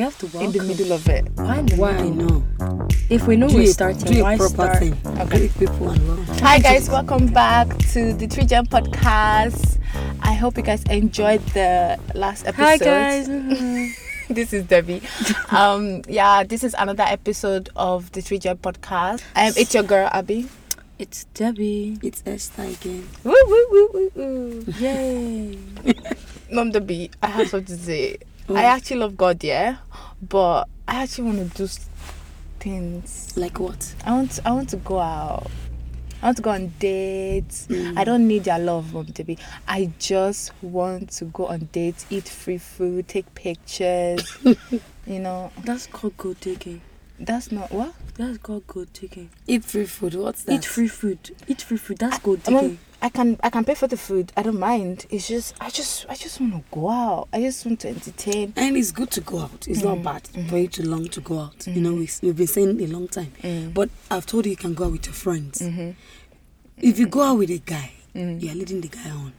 have to work. in the middle of it. Mm-hmm. Why in the Why middle? no? If we know Do we're a- starting, do a why proper start? thing. Okay. Greet people and welcome. Hi guys, welcome back to the Three Gem Podcast. I hope you guys enjoyed the last episode. Hi guys. this is Debbie. um, yeah, this is another episode of the Three Gem Podcast. Um, it's your girl Abby. It's Debbie. It's Esther again. Woo woo woo woo woo. Yay. Mom Debbie, I have something to say. Mm. I actually love God, yeah, but I actually want to do s- things. Like what? I want I want to go out. I want to go on dates. Mm. I don't need your love, Mom Debbie. I just want to go on dates, eat free food, take pictures. you know, That's called gold digging. that's not what. That's called gold digging. Eat free food. What's that? Eat free food. Eat free food. That's gold I, mean, digging. I can I can pay for the food. I don't mind. It's just I just I just want to go out. I just want to entertain. And it's good to go out. It's not bad for you to long to go out. You know, we, we've been saying a long time. But I've told you you can go out with your friends. If you go out with a guy, you're leading the guy on.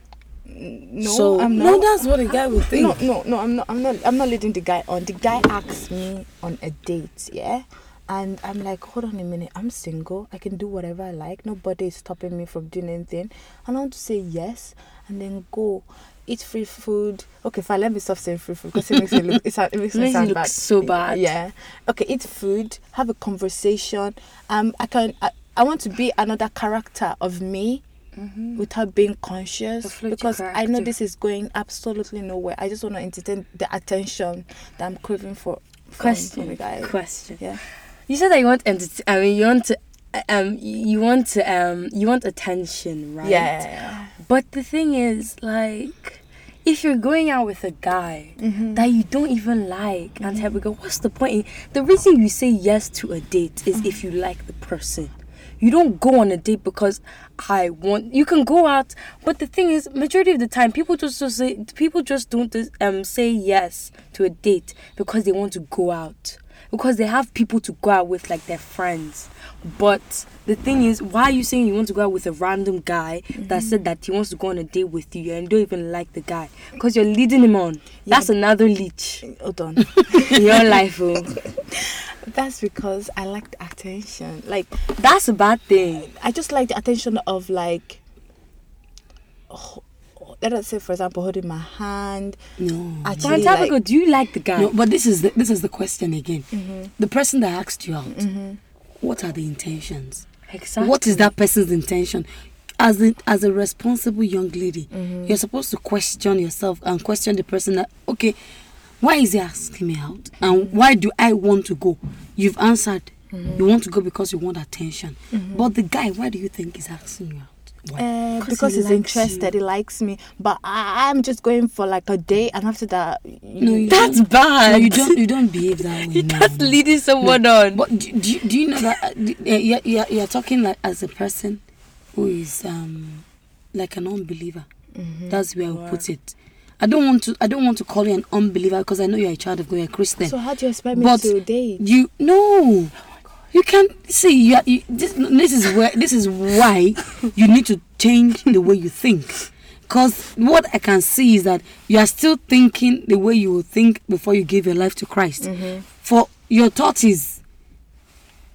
No, so, I'm No, not. that's what a guy would think. No, no, no, I'm not. I'm not. I'm not leading the guy on. The guy asked me on a date, yeah, and I'm like, hold on a minute. I'm single. I can do whatever I like. Nobody is stopping me from doing anything. And I want to say yes, and then go eat free food. Okay, fine. Let me stop saying free food because it makes me look. It's, it makes me Makes it sound look bad. so bad. Yeah. Okay, eat food. Have a conversation. Um, I can. I, I want to be another character of me. Without being conscious, Afloat your because I know Mm-hmm. character. this is going absolutely nowhere. I just want to entertain the attention that I'm craving for. From, oh From Question. you guys. Question. Yeah. You said that you want enter- I mean you want to um you want to um you want attention, right? yeah. Yeah. But the thing is, like, if you're going out with a guy that you don't even like and have a girl, what's the point? in- The reason you say yes to a date is if you like the person. You don't go on a date because I want. You can go out, but the thing is, majority of the time, people just, just say people just don't um say yes to a date because they want to go out because they have people to go out with like their friends but the thing is why are you saying you want to go out with a random guy that said that he wants to go on a date with you and you don't even like the guy because you're leading him on that's another leech yeah. Hold on. in your life oh. That's because I like the attention. Like that's a bad thing I just like the attention of like. ho- Let us say, for example, holding my hand. Mm. No. so on Actually, top like, of do you like the guy No, but this is the, this is the question again. The person that asked you out, what are the intentions? exactly What is that person's intention? As a, as a responsible young lady, Mm-hmm. you're supposed to question yourself and question the person that okay, why is he asking me out and why do I want to go? You've answered. Mm-hmm. You want to go because you want attention. But the guy, why do you think is asking you out? Eh, Why? Uh, 'Cause because he he's likes interested, he likes me, but I, I'm just going for like a day, and after that, no, you that's don't- bad No, you don't. You don't behave that way. no. that's leading someone on But do, do, you, do you know that uh, d- uh, you're, you're, you're talking like as a person who is um, like an unbeliever. Mm-hmm. That's where I would put it. I don't want to. I don't want to call you an unbeliever because I know you're a child of God, you're a Christian. So how do you expect me But to date? You no. You can't see. You, are- you this, this is where. This is why you need to change the way you think. Because what I can see is that you are still thinking the way you would think before you gave your life to Christ. Mm-hmm. For your thought is,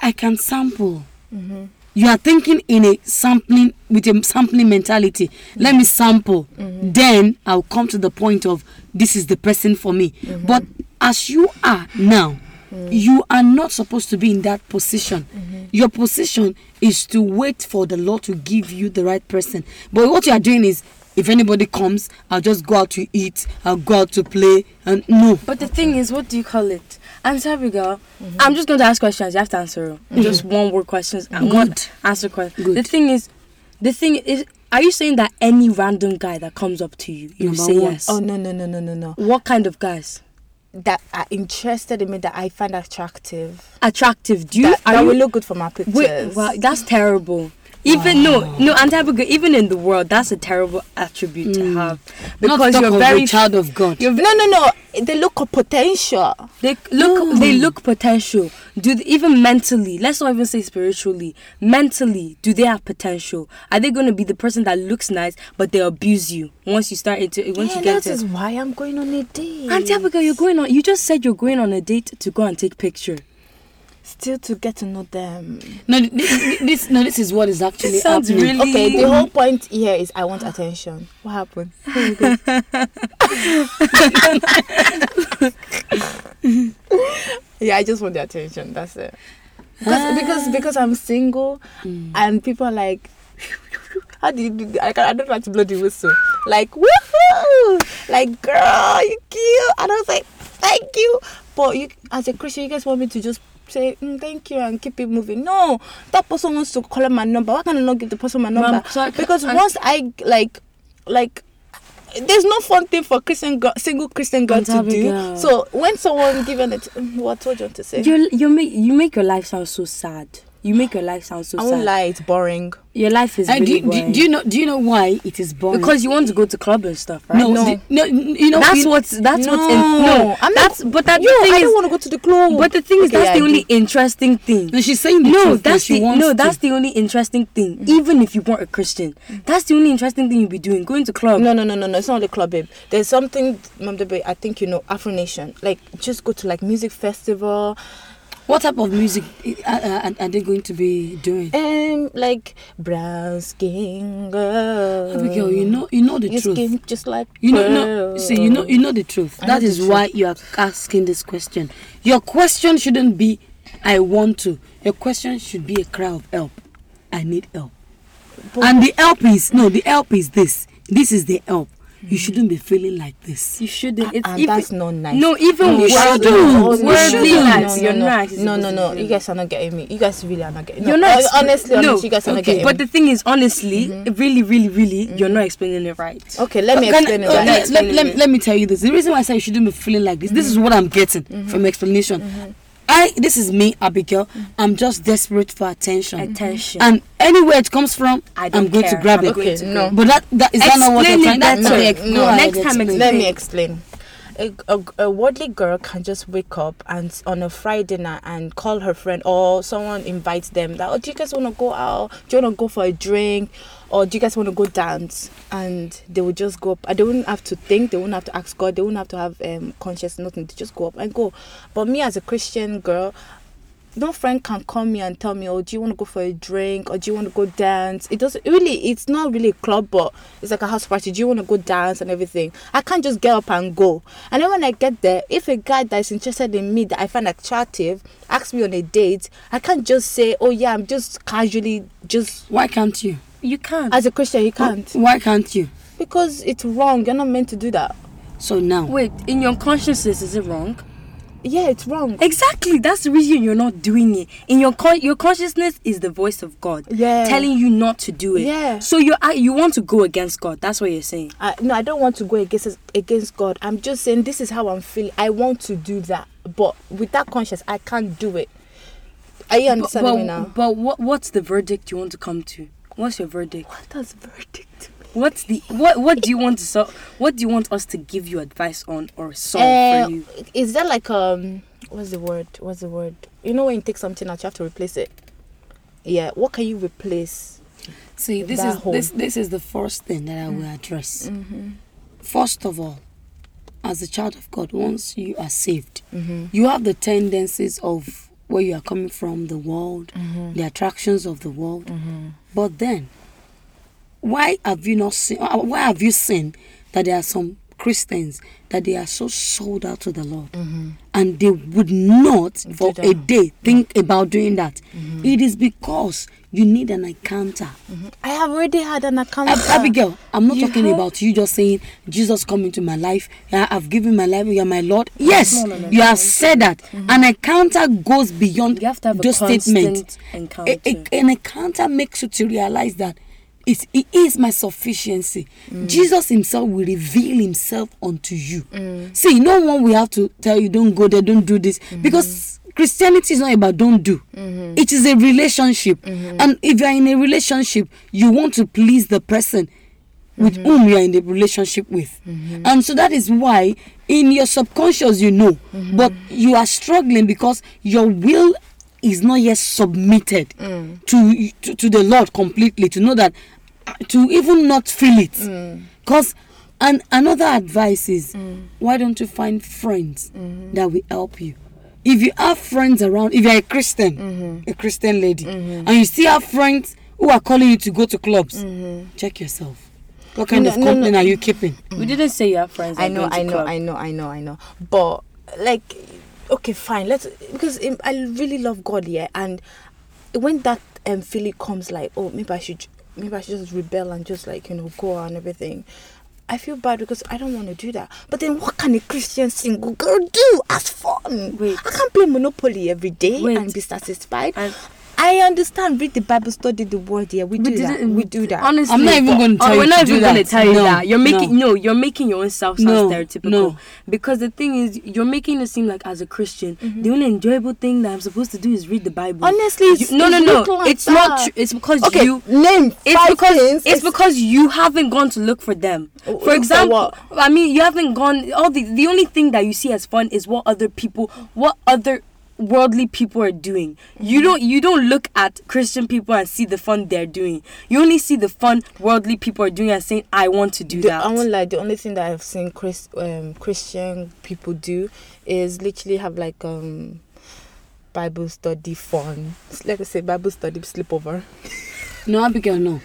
I can sample. Mm-hmm. You are thinking in a sampling with a sampling mentality. Let me sample, Mm-hmm. then I'll come to the point of this is the person for me. Mm-hmm. But as you are now, Mm. you are not supposed to be in that position. Mm-hmm. Your position is to wait for the Lord to give you the right person. But what you are doing is, if anybody comes, I'll just go out to eat. I'll go out to play. And no, But the thing is, what do you call it? I'm sorry, girl. Mm-hmm. I'm just going to ask questions. You have to answer 'em. just one word questions and one Good. answer questions. Good. The thing is, the thing is, are you saying that any random guy that comes up to you, you Number say one. yes? Oh no no no no no no! What kind of guys? That are interested in me, that I find attractive, Attractive? Do you? that, are that you will look good for my pictures. wait, wow, that's terrible. Even no, no, Auntie Abigail, even in the world, that's a terrible attribute to have because Mm. Not talk you're of very a child of God. You've, no, no, no. They look of potential. They look. They look potential. Do they, even mentally. Let's not even say spiritually. Mentally, do they have potential? Are they going to be the person that looks nice but they abuse you once you start into once you yeah, get that to? is why I'm going on a date. Auntie Abigail, you're going on. You just said you're going on a date to go and take picture. Still to get to know them. No, thi- thi- this no, this is what is actually This sounds happening. really- Okay, the whole point here is I want attention. What happened? Here we go. yeah, I just want the attention. That's it. Because because, because I'm single, and people are like, how do you do? That? I, can, I don't know how to blow the whistle. Like woohoo! Like girl, you cute. And I was like, thank you. But you, as a Christian, you guys want me to just say mm, thank you and keep it moving. No, that person wants to call my number. Why can I not give the person my Ma'am, number? so I can- because I- once I like, like. There's no fun thing for Christian girl, single Christian girl Aunt to do. Abigail. So when someone given it, mm, what what do you want to say? You you make you make your life sound so sad. You make your life sound so I won't sad. lie, it's boring. Your life is And do, really you- do, boring. do you know? Do you know why it is boring? because you want to go to club and stuff, right? no, No. the- no, n- you know that's you- what's that's what's in, no. I'm not- that's but that Yo, the thing I is, don't want to go to the club. But the thing is, Okay, that's yeah, the I only do. interesting thing. No, she's saying the No, truth, that's she the wants no, to. Mm-hmm. that's the only interesting thing. Even if you weren't a Christian, that's the only interesting thing you'll be doing. Going to club. No, no, no, no, no. It's not the club, babe. There's something, Mom Debe, I think you know, Afro Nation. Like, just go to like music festival. What type of music uh, uh, are they going to be doing? Um, like brown skin girl. Abigail, you know, you know the Your truth. skin just like You know, no, see, you know, you know the truth. I know That the is truth. why you are asking this question. Your question shouldn't be, "I want to." Your question should be a cry of help. I need help. But- and the help is no, the help is this. This is the help. You Mm. shouldn't be feeling like this. you shouldn't. It's Ah, And even, that's not nice. No, even No, with you worldly, shouldn't. Oh, You worldly shouldn't. nights, No, you're no, not. No, no, no. You guys are not getting me. You guys really are not getting me. You're not. ex- Honestly, no, honestly, you guys are not okay, getting But me. the thing is, honestly, Mm-hmm. really, really, really, you're not explaining it right. Okay, let me Can- explain it. oh, right. let, let, let, let me tell you this. The reason why I say you shouldn't be feeling like this, this is what I'm getting from your explanation. I this is me, Abigail. I'm just desperate for attention. Attention. And anywhere it comes from, I don't I'm going care. to grab I'm it. going Okay, to no. But that, that is that not what Explain you're it trying to better. Okay, No, I next will time explain. Let Explain. me explain. A, a, a worldly girl can just wake up and s- on a Friday night and call her friend or someone invites them that oh do you guys want to go out do you want to go for a drink or do you guys want to go dance and they will just go up and they won't have to think they won't have to ask God they won't have to have um conscience nothing they just go up and go but me as a Christian girl no friend can call me and tell me, oh, do you want to go for a drink or do you want to go dance? It doesn't really, it's not really a club, but it's like a house party. Do you want to go dance and everything? I can't just get up and go. And then when I get there, if a guy that's interested in me that I find attractive asks me on a date, I can't just say, oh, yeah, I'm just casually, just Why can't you? You can't. as a Christian, you can't. Why can't you? Because it's wrong. You're not meant to do that. So now, Wait, in your consciousness, is it wrong? Yeah, it's wrong. Exactly. That's the reason you're not doing it. In your con- your consciousness is the voice of God, Yeah. telling you not to do it. Yeah. So you are you want to go against God. That's what you're saying. I, no, I don't want to go against against God. I'm just saying this is how I'm feeling. I want to do that, but with that conscience, I can't do it. Are you But, understanding me now? but, but what what's the verdict you want to come to? What's your verdict? What does verdict? What's the what what do you want to so, What do you want us to give you advice on or solve Uh, for you? is that like um? What's the word? What's the word? You know when you take something out, you have to replace it. Yeah. What can you replace? see, this That is whole- Mm. Mm-hmm. this this is the first thing that I will address. First of all, as a child of God, once you are saved, Mm-hmm. you have the tendencies of where you are coming from, the world, Mm-hmm. the attractions of the world. But then, why have you not seen? uh, Why have you seen that there are some Christians that they are so sold out to the Lord, Mm-hmm. and they would not for that. a day Mm. think about doing that? Mm-hmm. It is because you need an encounter. I have already had an account. Ab- Abigail, I'm not You talking have- about you just saying Jesus come into my life. Yeah, I've given my life. You are my Lord. Yes, No, no, no, you no, Mm-hmm. have said that. An encounter goes beyond You have to have a those statements. Eh, constant A- a- an encounter makes you to realize that it's, it is my sufficiency. Jesus Himself will reveal Himself unto you. See, no one will have to tell you don't go there, don't do this, because Christianity is not about don't do. It is a relationship. And if you are in a relationship, you want to please the person with whom you are in the relationship with. And so that is why in your subconscious you know, but you are struggling because your will is not yet submitted to, to to the Lord completely to know that to even not feel it. Because and another advice is why don't you find friends that will help you? If you have friends around, if you're a Christian, a Christian lady, and you still have friends who are calling you to go to clubs, check yourself. What kind No, of no, company no. are you keeping? We didn't say you have friends. I that know, go to I know, club. I know, I know, I know. But like, okay, fine. Let's because um, I really love God, yeah. And when that um feeling comes, like, oh, maybe I should, maybe I should just rebel and just like you know go out and everything. I feel bad because I don't want to do that. But then, what can a Christian single girl do? As fun. Wait. I can't play Monopoly every day Wait. and be satisfied. And- I understand. Read the Bible, study the Word. Yeah, we, do that. didn't- We do that. Honestly, I'm not even but- gonna tell oh, you We're to not do even gonna that. tell you No, that. You're making no. no. You're making your own self sound No, stereotypical. no. Because the thing is, you're making it seem like as a Christian, the only enjoyable thing that I'm supposed to do is read the Bible. Mm-hmm. Honestly, it's- You- no, it's no, not no. like it's not. that. Tr- it's because okay, you. name It's five because things. it's because you haven't gone to look for them. Look For for example, what? I mean, you haven't gone. All the the only thing that you see as fun is what other people, what other worldly people are doing. You don't you don't look at Christian people and see the fun they're doing. You only see the fun worldly people are doing and saying, "I want to do The, that." I won't lie. The only thing that I've seen Chris, um, Christian people do is literally have like um, Bible study fun. It's Like I say, Bible study sleepover. No, Abigail, no.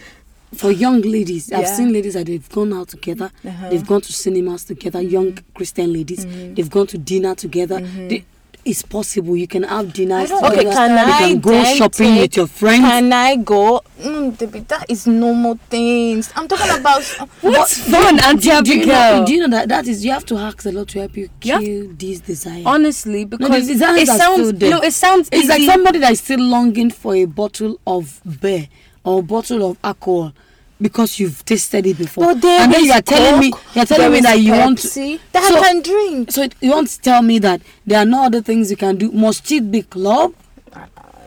For young ladies, I've Yeah. seen ladies that they've gone out together, Uh-huh. they've gone to cinemas together, young Christian ladies, they've gone to dinner together. They- it's possible you can have dinners don't together. Okay, can you I can go then shopping take- with your friends. Can I go? Mm, baby, that is normal things. I'm talking about. What's fun, Auntie do, you Abigail? know, do you know that that is you have to ask the Lord to help you You have- kill these desires. Honestly, because the desires it are still sounds there. no, it sounds It's like easy. somebody that is still longing for a bottle of beer or a bottle of alcohol because you've tasted it before. But there and then is you are telling me Coke, you are telling there me is that you want Pepsi, to that I so, can drink. So you want to tell me that there are no other things you can do? Must it be club?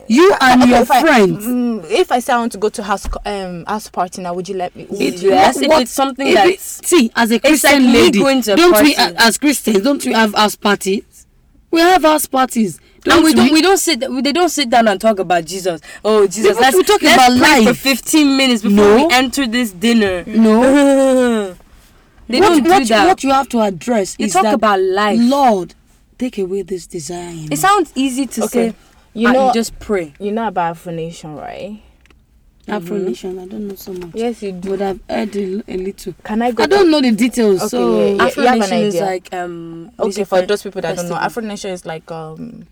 You and Uh, Okay, your if I- friends. mm, if I say I want to go to house co- um house party now, would you let me? It- Yes, if it's something if it- that's- see as a Christian like me lady, going to a don't we party. a- as Christians don't we have house parties? We have house parties. and we don't we don't sit we, they don't sit down and talk about Jesus. Oh Jesus, Because let's we talk let's about pray for life. fifteen minutes before No. we enter this dinner. no. They what, don't do what, you- that. What you have to address You is talk that, about life. Lord, take away this desire. In me. it sounds easy to Okay, say. you and know- just pray. You know about affirmation, right? Afro Nation. I don't know so much. Yes, you do. But I've heard a, l- a little. Can I go? I to- don't know the details. Okay, so yeah, yeah. you have an Affirmation is idea. like um. okay music for fe- those people that don't know festival. afro nation is like um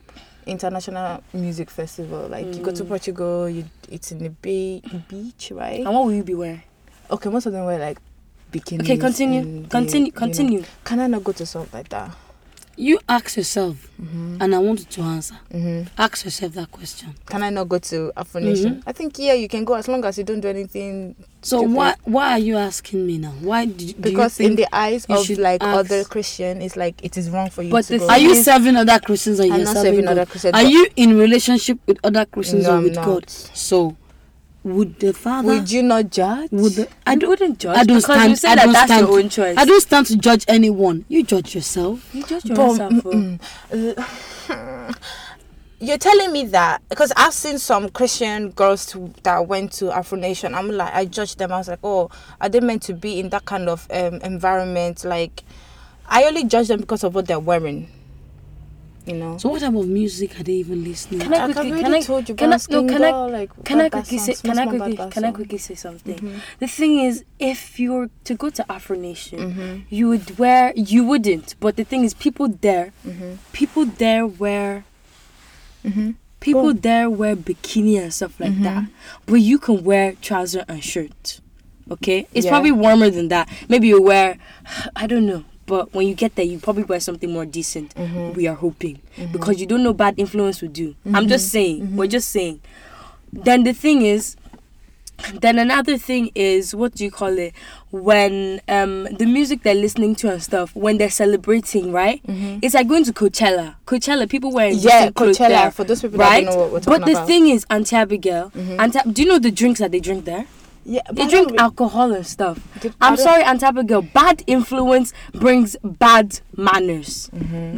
international music festival like you go to Mm. portugal you it's in the bay beach right And what will you be wearing? okay most of them were like bikinis Okay, continue, and the- continue, you know. continue. can i not go to something like that you ask yourself, Mm-hmm. and I want you to answer. hmm Ask yourself that question. can i not go to afro Mm-hmm. nation i think yeah you can go as long as you don't do anything So stupid. why why are you asking me now? Why do, do because you think in the eyes you of should like ask- other christian it's like it is wrong for you But to the go Are you Yes. serving other Christians or I'm you're not serving serving God? other Christians, Are but- you in relationship with other Christians No, or I'm with God? not. So, would the Father? would you not judge would the, I don't- wouldn't judge I don't because stand. you said I that don't that's stand, your own choice. I don't stand to judge anyone. You judge yourself. You judge But, yourself. oh. mm-mm. You're telling me that because I've seen some Christian girls to, that went to Afro Nation. I'm like, I judged them. I was like, oh, are they meant to be in that kind of um, environment? Like, I only judge them because of what they're wearing. You know. So what type of music are they even listening? Can I Like, I've quickly? already Can I? told you, Can I? No. Brown Skin Can I? Doll, like, Can I bad bad quickly say? songs, Can I Small Bad quickly? Bad Mm-hmm. Can I Songs. quickly say something? The thing is, if you were to go to Afro Nation, Mm-hmm. you would wear. You wouldn't. But the thing is, people there, Mm-hmm. people there wear. People there wear bikini and stuff Mm-hmm. like that, but you can wear trouser and shirt. Okay, it's Yeah. probably warmer than that. Maybe you wear, I don't know. But when you get there, you probably wear something more decent. Mm-hmm. We are hoping because you don't know Mm-hmm. bad influence will do. I'm just saying. We're just saying. Then the thing is, Then another thing is what do you call it? When um the music they're listening to and stuff, when they're celebrating, right? It's like going to Coachella. Coachella, people wearing Mm-hmm. Yeah, decent clothes Coachella, there, for those people that right? don't know what we're talking But the about. Mm-hmm. thing is, Auntie Abigail, Auntie, do you know the drinks that they drink there? Yeah, They drink alcohol and stuff. Did- I I'm don't- sorry, Aunt Abigail. Bad influence brings bad manners.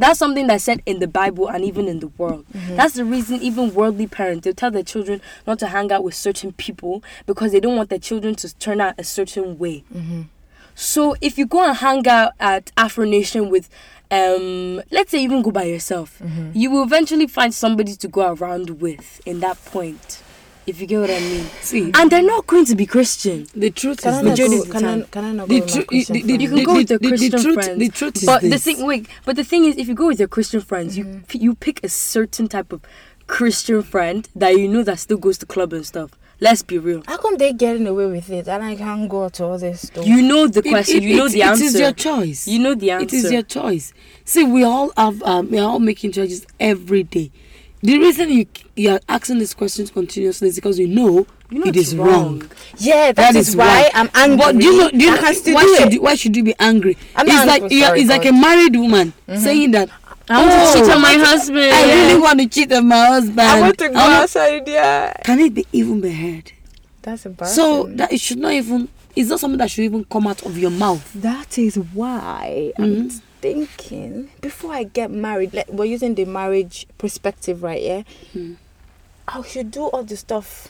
That's something that's said in the Bible and even in the world. That's the reason even worldly parents they tell their children not to hang out with certain people because they don't want their children to turn out a certain way. So if you go and hang out at Afro Nation with, um, let's say even go by yourself, you will eventually find somebody to go around with in that point. If you get what I mean. See, And they're not going to be Christian. the truth Can is I the not majority go, truth. of the can I, time. can I not The go with my tru- Christian the- the- friends? You the- can go with your the- the Christian truth- friends. the truth is but the this. Mm-hmm. thing, wait, but the thing is, if you go with your Christian friends, you p- you pick a certain type of Christian friend that you know that still goes to club and stuff. Let's be real. How come they getting away with it and I can't go to all this stuff? You know the It- question. it- you know it- the answer. It is your choice. You know the answer. It is your choice. See, we all have, um, we are all making choices every day. The reason you you are asking these questions continuously is because you know, You know it it's is wrong. wrong. yeah, that is, why wrong. I'm angry. But do you know, do you I know can still why do should it. you, why should you be angry? I'm it's not like angry, you are- sorry, it's like a God. married woman saying that Mm-hmm. I want "Oh, to cheat on my husband. I really want to cheat on my husband. I want to go I want- outside, yeah. Can it be even be heard? That's embarrassing. So that it should not even. It's not something that should even come out of your mouth. That is why I'm thinking before I get married. Like we're using the marriage perspective, right? Yeah. I should do all the stuff.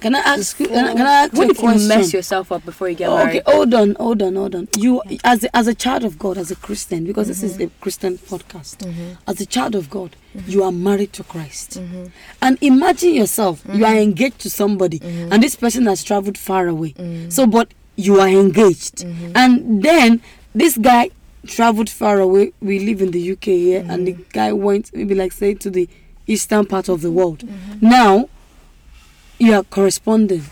Can I ask you? Can I, can I ask What you a if question? you mess yourself up before you get Oh, married? okay, hold on, hold on, hold on. You, as a, as a child of God, as a Christian, because this Mm-hmm. is a Christian podcast, as a child of God, you are married to Christ. Mm-hmm. And imagine yourself, you are engaged to somebody, Mm-hmm. and this person has traveled far away. So, but you are engaged. Mm-hmm. And then this guy traveled far away. We live in the UK here, and the Mm-hmm. guy went, maybe like, say, to the eastern part of the world. Mm-hmm. Now, you are corresponding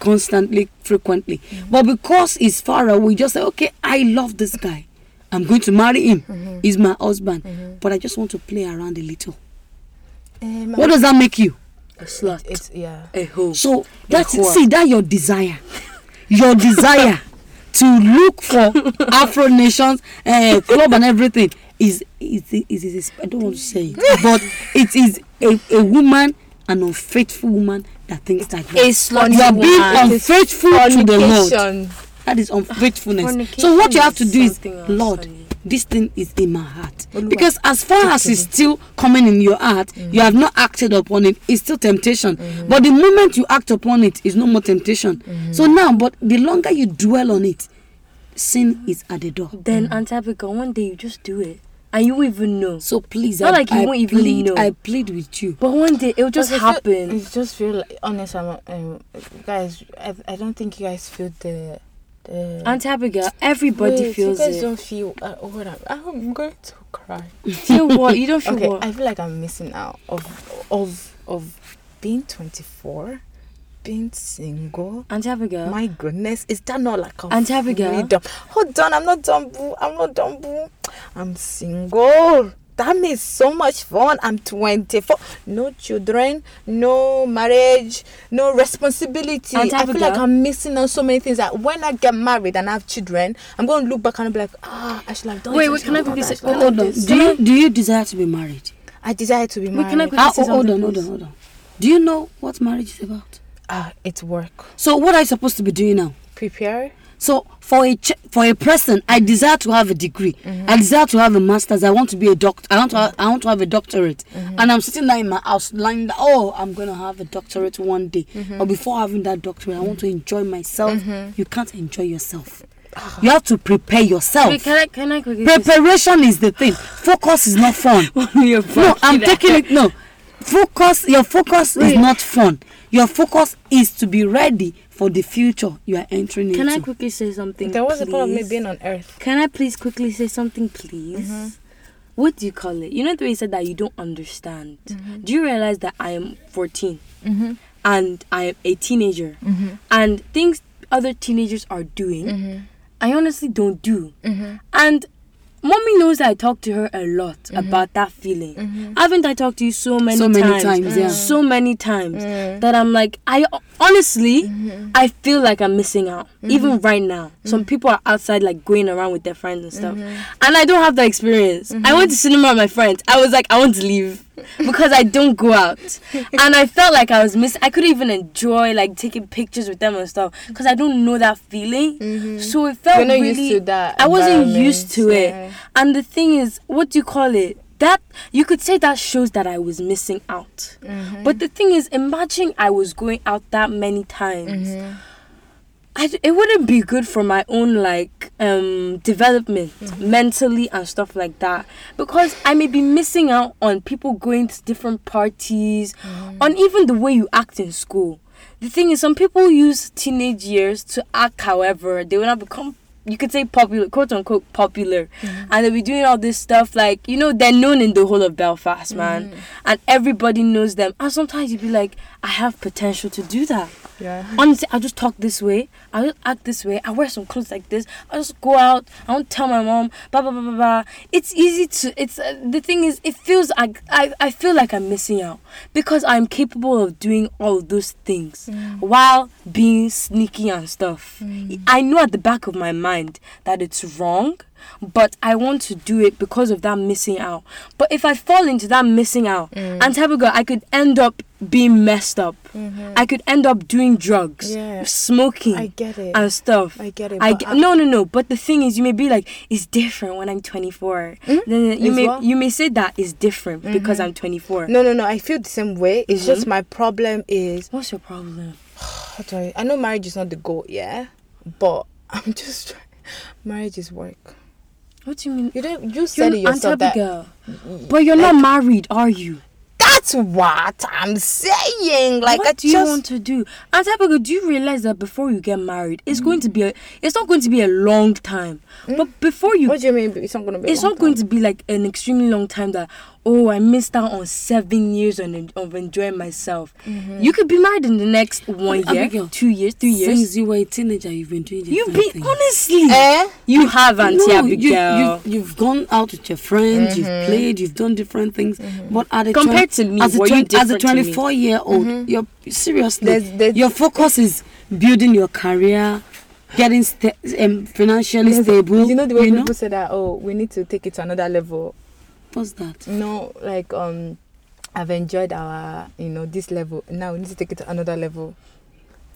constantly, frequently. But because he's far away, just say, okay, I love this guy. I'm going to marry him. He's my husband. But I just want to play around a little. Um, What does that make you? A slut. It's yeah. a hoe. So that's whore. see that your desire, your desire to look for Afro Nations uh, club and everything is is, is, is, is- I don't want to say it, but it is a, a woman, an unfaithful woman that thinks that a way. slutty you are being woman. unfaithful to the Lord. Fornication. That is unfaithfulness. Ah, Fornication So what you have to is do is, something else, Lord, honey. this thing is in my heart. Oluwa, Because as far as it's still coming in your heart, Mm-hmm. you have not acted upon it. It's still temptation. But the moment you act upon it, it's no more temptation. Mm-hmm. So now, but the longer you dwell on it, sin is at the door. Then Aunt Abigail, one day you just do it, and you won't even know. So please, Not I, like you I won't even plead, know. I plead with you. But one day it'll just But I feel- happen. It just feel like, honest. I'm um, guys. I, I don't think you guys feel the. the Aunt Abigail, everybody Wait, feels you guys it. don't feel. Uh, what I'm, I'm going to cry. feel what? You don't feel okay, what? I feel like I'm missing out of of of being 24, being single. Aunt Abigail. My goodness, is that not like a Auntie Abigail? freedom? Hold on, I'm not done, boo. I'm not done, boo. I'm single. That means so much fun. I'm 24. No children, no marriage, no responsibility. Auntie I feel like Abigail? I'm missing on so many things that when I get married and have children, I'm going to look back and I'll be like, ah, I should have done Wait, this, I wait, should can I have done quickly that, say- should have Oh, done hold on. this." Do you do you desire to be married? I desire to be Wait, married. can I quickly- Ah, This oh, is on hold the on, hold on, news. hold on. Do you know what marriage is about? ah, it's work. So what are you supposed to be doing now? Prepare. So for a ch- for a person, I desire to have a degree. Mm-hmm. I desire to have a master's. I want to be a doctor. I want to ha- I want to have a doctorate. Mm-hmm. And I'm sitting there in my house, lying. There, oh, I'm gonna have a doctorate one day. Mm-hmm. But before having that doctorate, I want to enjoy myself. You can't enjoy yourself. Ah. You have to prepare yourself. Wait, can I can I quickly say Preparation is the thing. Focus is not fun. You're no, fucking I'm that. taking it. No, focus. Your focus is not fun. Your focus is to be ready for the future you are entering Can I into. quickly say something? There was a part of me please? being on earth. Can I please quickly say something, please? Mm-hmm. What do you call it? You know the way you said that you don't understand. Mm-hmm. Do you realize that I am 14 and I am a teenager Mm-hmm. and Mm-hmm. things other teenagers are doing, I honestly don't do. And Mommy knows I talk to her a lot about that feeling. Haven't I talked to you so many Mm-hmm. So times? many times, yeah. So many times Mm. that I'm like, I honestly, Mm-hmm. I feel like I'm missing out. Even right now, some people are outside like going around with their friends and stuff, Mm-hmm. and I don't have that experience. I went to cinema with my friends. I was like, I want to leave because I don't go out, and I felt like I was miss. I couldn't even enjoy like taking pictures with them and stuff because I don't know that feeling. So it felt Mm-hmm. You're not really. used to that I wasn't environment, used to it. yeah. And the thing is, what do you call it? That you could say that shows that I was missing out. But the thing is, imagine I was going out that many times. I d it wouldn't be good for my own like um, development mentally and stuff like that because I may be missing out on people going to different parties, on even the way you act in school. The thing is, some people use teenage years to act however they want to become. You could say popular, quote unquote popular, and they'll be doing all this stuff like you know they're known in the whole of Belfast, man, and everybody knows them. And sometimes you'd be like, I have potential to do that. Yeah. Honestly, I just talk this way. I just act this way. I wear some clothes like this. I just go out. I don't tell my mom. Blah blah blah blah blah. It's easy to. It's uh, the thing is, it feels like I, I feel like I'm missing out because I'm capable of doing all of those things while being sneaky and stuff. I know at the back of my mind that it's wrong, but I want to do it because of that missing out. But if I fall into that missing out, Mm. and type of girl, I could end up being messed up. I could end up doing drugs, Mm-hmm. Yeah. smoking, I get it. and stuff. I get it, I but ge- I- no, no, no. But the thing is, you may be like, it's different when I'm 24. Mm? Then you It's may what? you may say that it's different because I'm 24. Mm-hmm. No, no, no. I feel the same way. Mm-hmm. It's just my problem is What's your problem? how do I? I know marriage is not the goal, yeah, but I'm just trying. Marriage is work. What do you mean? You don't. You You're said it an yourself that. girl, but you're not married, are you? That's what I'm saying. Like what I do just you want to do? And Tabago, do you realize that before you get married, Mm. it's going to be a, it's not going to be a long time. But before you, What do you mean? It's not gonna be. it's not going to be like an extremely long time that oh I missed out on seven years on of enjoying myself. You could be married in the next one Ab- Mm-hmm. year, Abigail, two years, three years. Since you were a teenager, you've been doing this. You've same been thing. honestly, Eh? you haven't, No, yeah, you, big girl. you've, you've gone out with your friends, you've played, you've done different things. But at a Mm-hmm. Compared to me, as a, were you as a different to me? Mm-hmm. 24 year old, you're seriously, There's- there's- your focus is building your career, getting sta um, financially Yes, stable. You know the way people say that. Oh, we need to take it to another level. What's that? No, like um, I've enjoyed our you know this level. Now we need to take it to another level.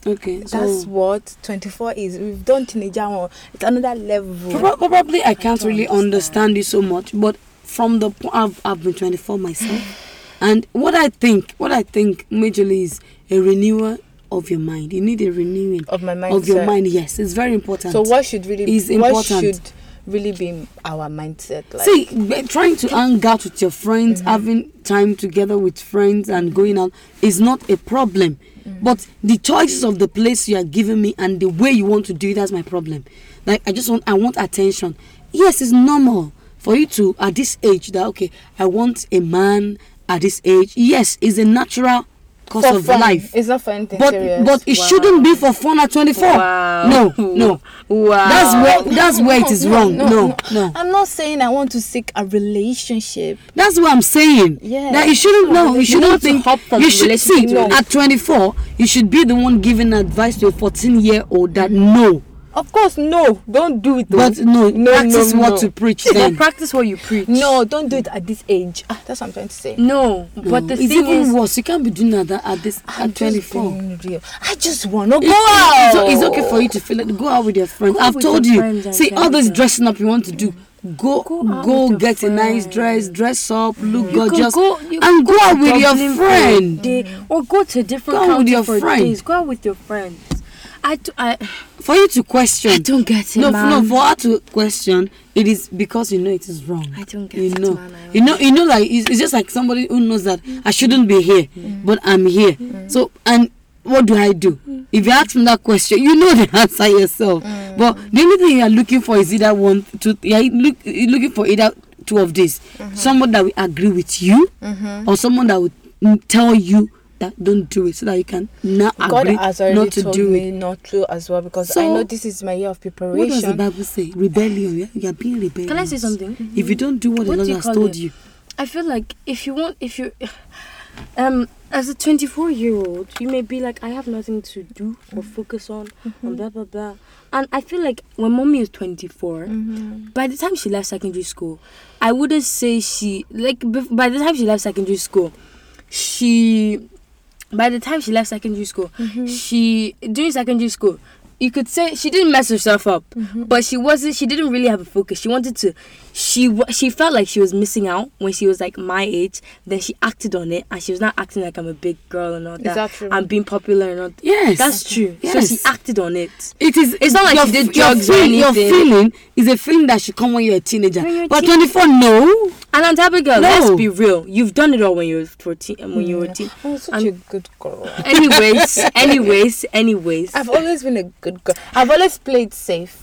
Okay, so That's what 24 is. We've done teenager one. It's another level. proba- probably I can't don't really understand you so much. But from the point I've, I've been 24 myself, and what I think, what I think majorly is a renewal of your mind. You need a renewing of my mindset. of your mind. Yes, it's very important. So what should really Is What important. should really be our mindset? Like, See, b- trying to hang out with your friends, having time together with friends, and going out is not a problem. But the choices of the place you are giving me and the way you want to do it, that's my problem. Like, I just want, I want attention. Yes, it's normal for you to, at this age, that okay, I want a man at this age. Yes, it's a natural course for of fun. life. It's not for anything But serious. but it shouldn't be for fun at 24. Wow. No, no. Wow. That's where that's where it is wrong. no. no. I'm not saying I want to seek a relationship. That's what I'm saying. Yeah. That you shouldn't know. You want shouldn't to think. hop from You should relationship see to relationship. at 24. You should be the one giving advice to a 14 year old that no, Of course, no. Don't do it. though. but no, no, practice no, what no. to preach. But Then practice what you preach. No, don't do it at this age. Ah, that's what I'm trying to say. no. But No, the it's thing even is, worse. You can't be doing that at this I'm at just 24. being real. I just wanna go It's- out. It's, it's okay for you to feel it. Go out with your friends. Go out I've with told your you. friends and See, all this enjoy. dressing up you want to do. Go, Go go, out with your get a nice friends. dress, dress up, look You could gorgeous, go- you and could go out to with your Dublin for a friend. day, or go to a different Go out with country your for friend. days. Go out with your friends. Hmm. I, d- I, For you to question. I don't get it, no, man. no, for her to question, it is because you know it is wrong. I don't get you it, know. man, I You know, you know, like it's, it's just like somebody who knows that I shouldn't be here, Mm. but I'm here. So, and what do I do? Mm. If you ask me that question, you know the answer yourself. But the only thing you are looking for is either one, two. You are look, you're looking for either Mm-hmm. two of these: someone that will agree with you, or someone that will mm, tell you that don't do it so that you can now God agree has already not to told do me it. not to as well because I So, know this is my year of What does the preparation. Bible say? Rebellion. Yeah? You are being rebellious. Can I say something? If you don't do what, What the do you Lord has call told it? you, I feel like if you want, if you, um, as a 24 year old, you may be like, I have nothing to do or focus on, and blah blah blah. And I feel like when mommy is 24, by the time she left secondary school, I wouldn't say she like bef- by the time she left secondary school, she by the time she left secondary school, she during secondary school, you could say she didn't mess herself up, but she wasn't. She didn't really have a focus. She wanted to. She wa- she felt like she was missing out when she was like my age. Then she acted on it, and she was not acting like I'm a big girl and all that. that true? I'm being popular and all. That. yes, That's true. Yes. So she acted on it. It is. It's not like your she did f- your drugs or feel- Your anything. feeling is a feeling that should come when you're a teenager. When you're a but teen- 24, no. And on top of girl, No. let's be real. You've done it all when you were 14. and When you were 14. I'm such I'm- a good girl. Anyways, anyways, anyways, I've always been a good girl. I've always played safe.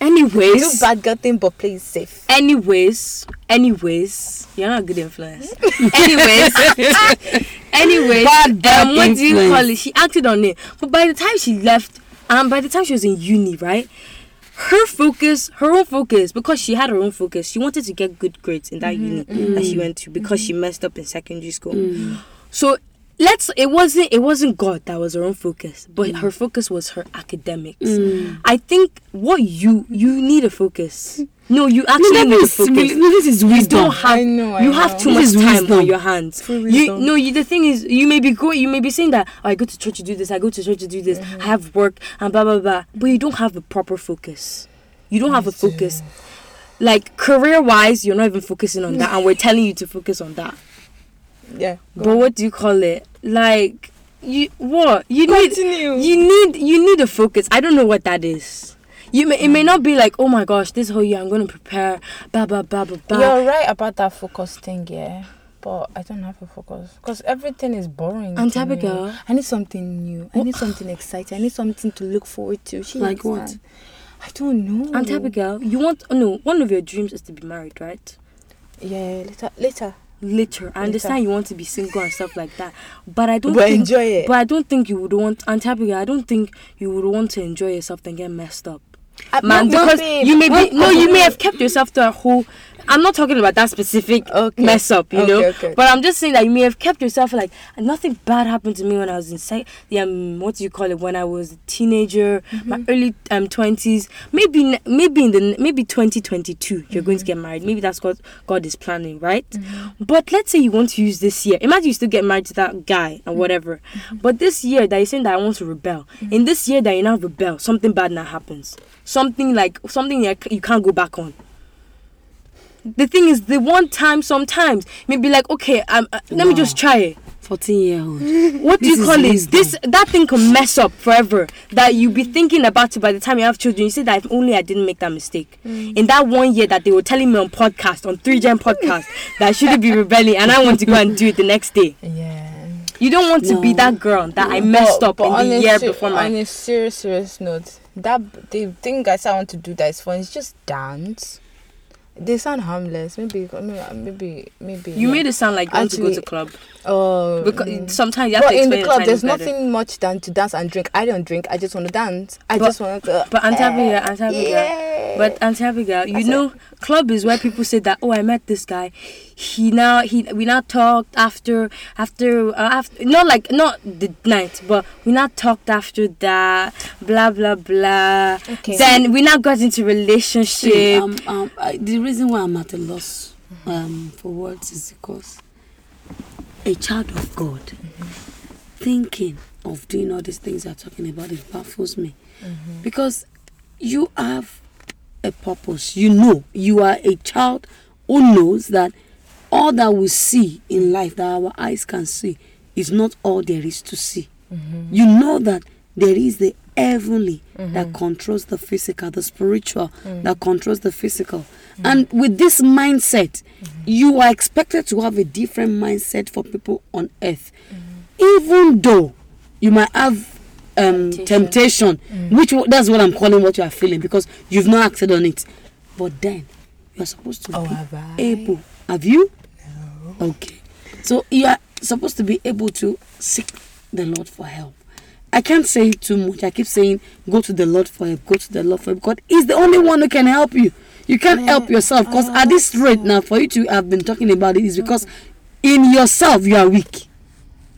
Do anyways. bad girl thing, but play it safe. Anyways, anyways, you're not a good influence. anyways, anyways, Bad, bad um, what do you call it? influence. She acted on it, but by the time she left, um, by the time she was in uni, right? Her focus, her own focus, because she had her own focus. She wanted to get good grades in that uni Mm-hmm. that she went to because she messed up in secondary school. So let's it wasn't it wasn't God that was her own focus, but Mm. her focus was her academics. I think what you you need a focus. No, you No, actually that need a is, focus. really- no, this is You wisdom. don't have. I know, I you know. have too This is much time on wisdom. your hands. True You wisdom. no. You the thing is, you may be going. You may be saying that "Oh, I go to church to do this. I go to church to do this. Mm-hmm. I have work and blah blah blah. But you don't have a proper focus. You don't have a focus. Like career wise, you're not even focusing on that, and we're telling you to focus on that. Yeah. go But on. what do you call it? Like you what you need Continue. you need you need a focus. I don't know what that is. You may, it Mm. may not be like oh my gosh this whole year I'm gonna prepare blah blah blah blah blah. You're right about that focus thing, yeah. But I don't have a focus because everything is boring. And to me. Tabiga- I need something new. I need something exciting. I need something to look forward to. She Like what? understand. I don't know. And type of girl, you want oh no, one of your dreams is to be married, right? Yeah, later. Later. Later. I understand you want to be single and stuff like that. But I don't But think, enjoy it. But I don't think you would want and type of girl, I don't think you would want to enjoy yourself and get messed up. Uh, Man, no, because babe, you may be when- no, you may have kept yourself to a whole I'm not talking about that specific Okay. mess up, you Okay, know. okay. But I'm just saying that you may have kept yourself like nothing bad happened to me when I was in sec- yeah, um, what do you call it? When I was a teenager, my early um twenties, maybe n- maybe in the n- maybe 2022 you're going to get married. Maybe that's what God is planning, right? But let's say you want to use this year. Imagine you still get married to that guy and whatever. But this year that you're saying that I want to rebel. In this year that you now rebel, something bad now happens. Something like something like you can't go back on the thing is the one time sometimes maybe like okay um, uh, let me Wow. just try it 14 year old. what do This you is call it wisdom. this that thing can mess up forever that you be thinking about it by the time you have children you say that if only i didn't make that mistake Mm. in that one year that they were telling me on podcast on 3gen podcast that i shouldn't be rebelling and i want to go and do it the next day Yeah. you don't want to be No. that girl that i messed But- up but in on the a year se- before my On a serious, serious note, that the thing I said I want to do that is fun. It's just dance. They sound harmless. Maybe, maybe, maybe. maybe you made it sound like you want to go to Actually, club Oh. because mm. sometimes you have But to in explain the it club, tiny there's better. nothing much than to dance and drink. I don't drink. I just want to dance. I But- just want to. But Auntie Abigail, Auntie Abigail, Eh, Yeah. but Auntie Abigail, you That's know, club is where people say that. Oh, I met this guy. He now he we now talked after after uh, after not like not the night, but we now talked after that. Blah blah blah. Okay. Then we now got into See, relationship. um, um, I, the reason why I'm at a loss um, for words is because a child of God thinking of doing all these things you're talking about, it baffles me. Because you have a purpose. You know, you are a child who knows that all that we see in life that our eyes can see is not all there is to see. You know that there is the heavenly that controls the physical, the spiritual that controls the physical. And with this mindset, you are expected to have a different mindset for people on earth. Even though you might have um, temptation, which wa- that's what I'm calling what you are feeling because you've not acted on it. But then you are supposed to Oh, be have I? able. Have you? Okay. So you are supposed to be able to seek the Lord for help. I can't say too much. I keep saying, go to the Lord for help, go to the Lord for help. God is the only one who can help you. You can't help yourself because at this rate now, for you to have been talking about it is because in yourself you are weak.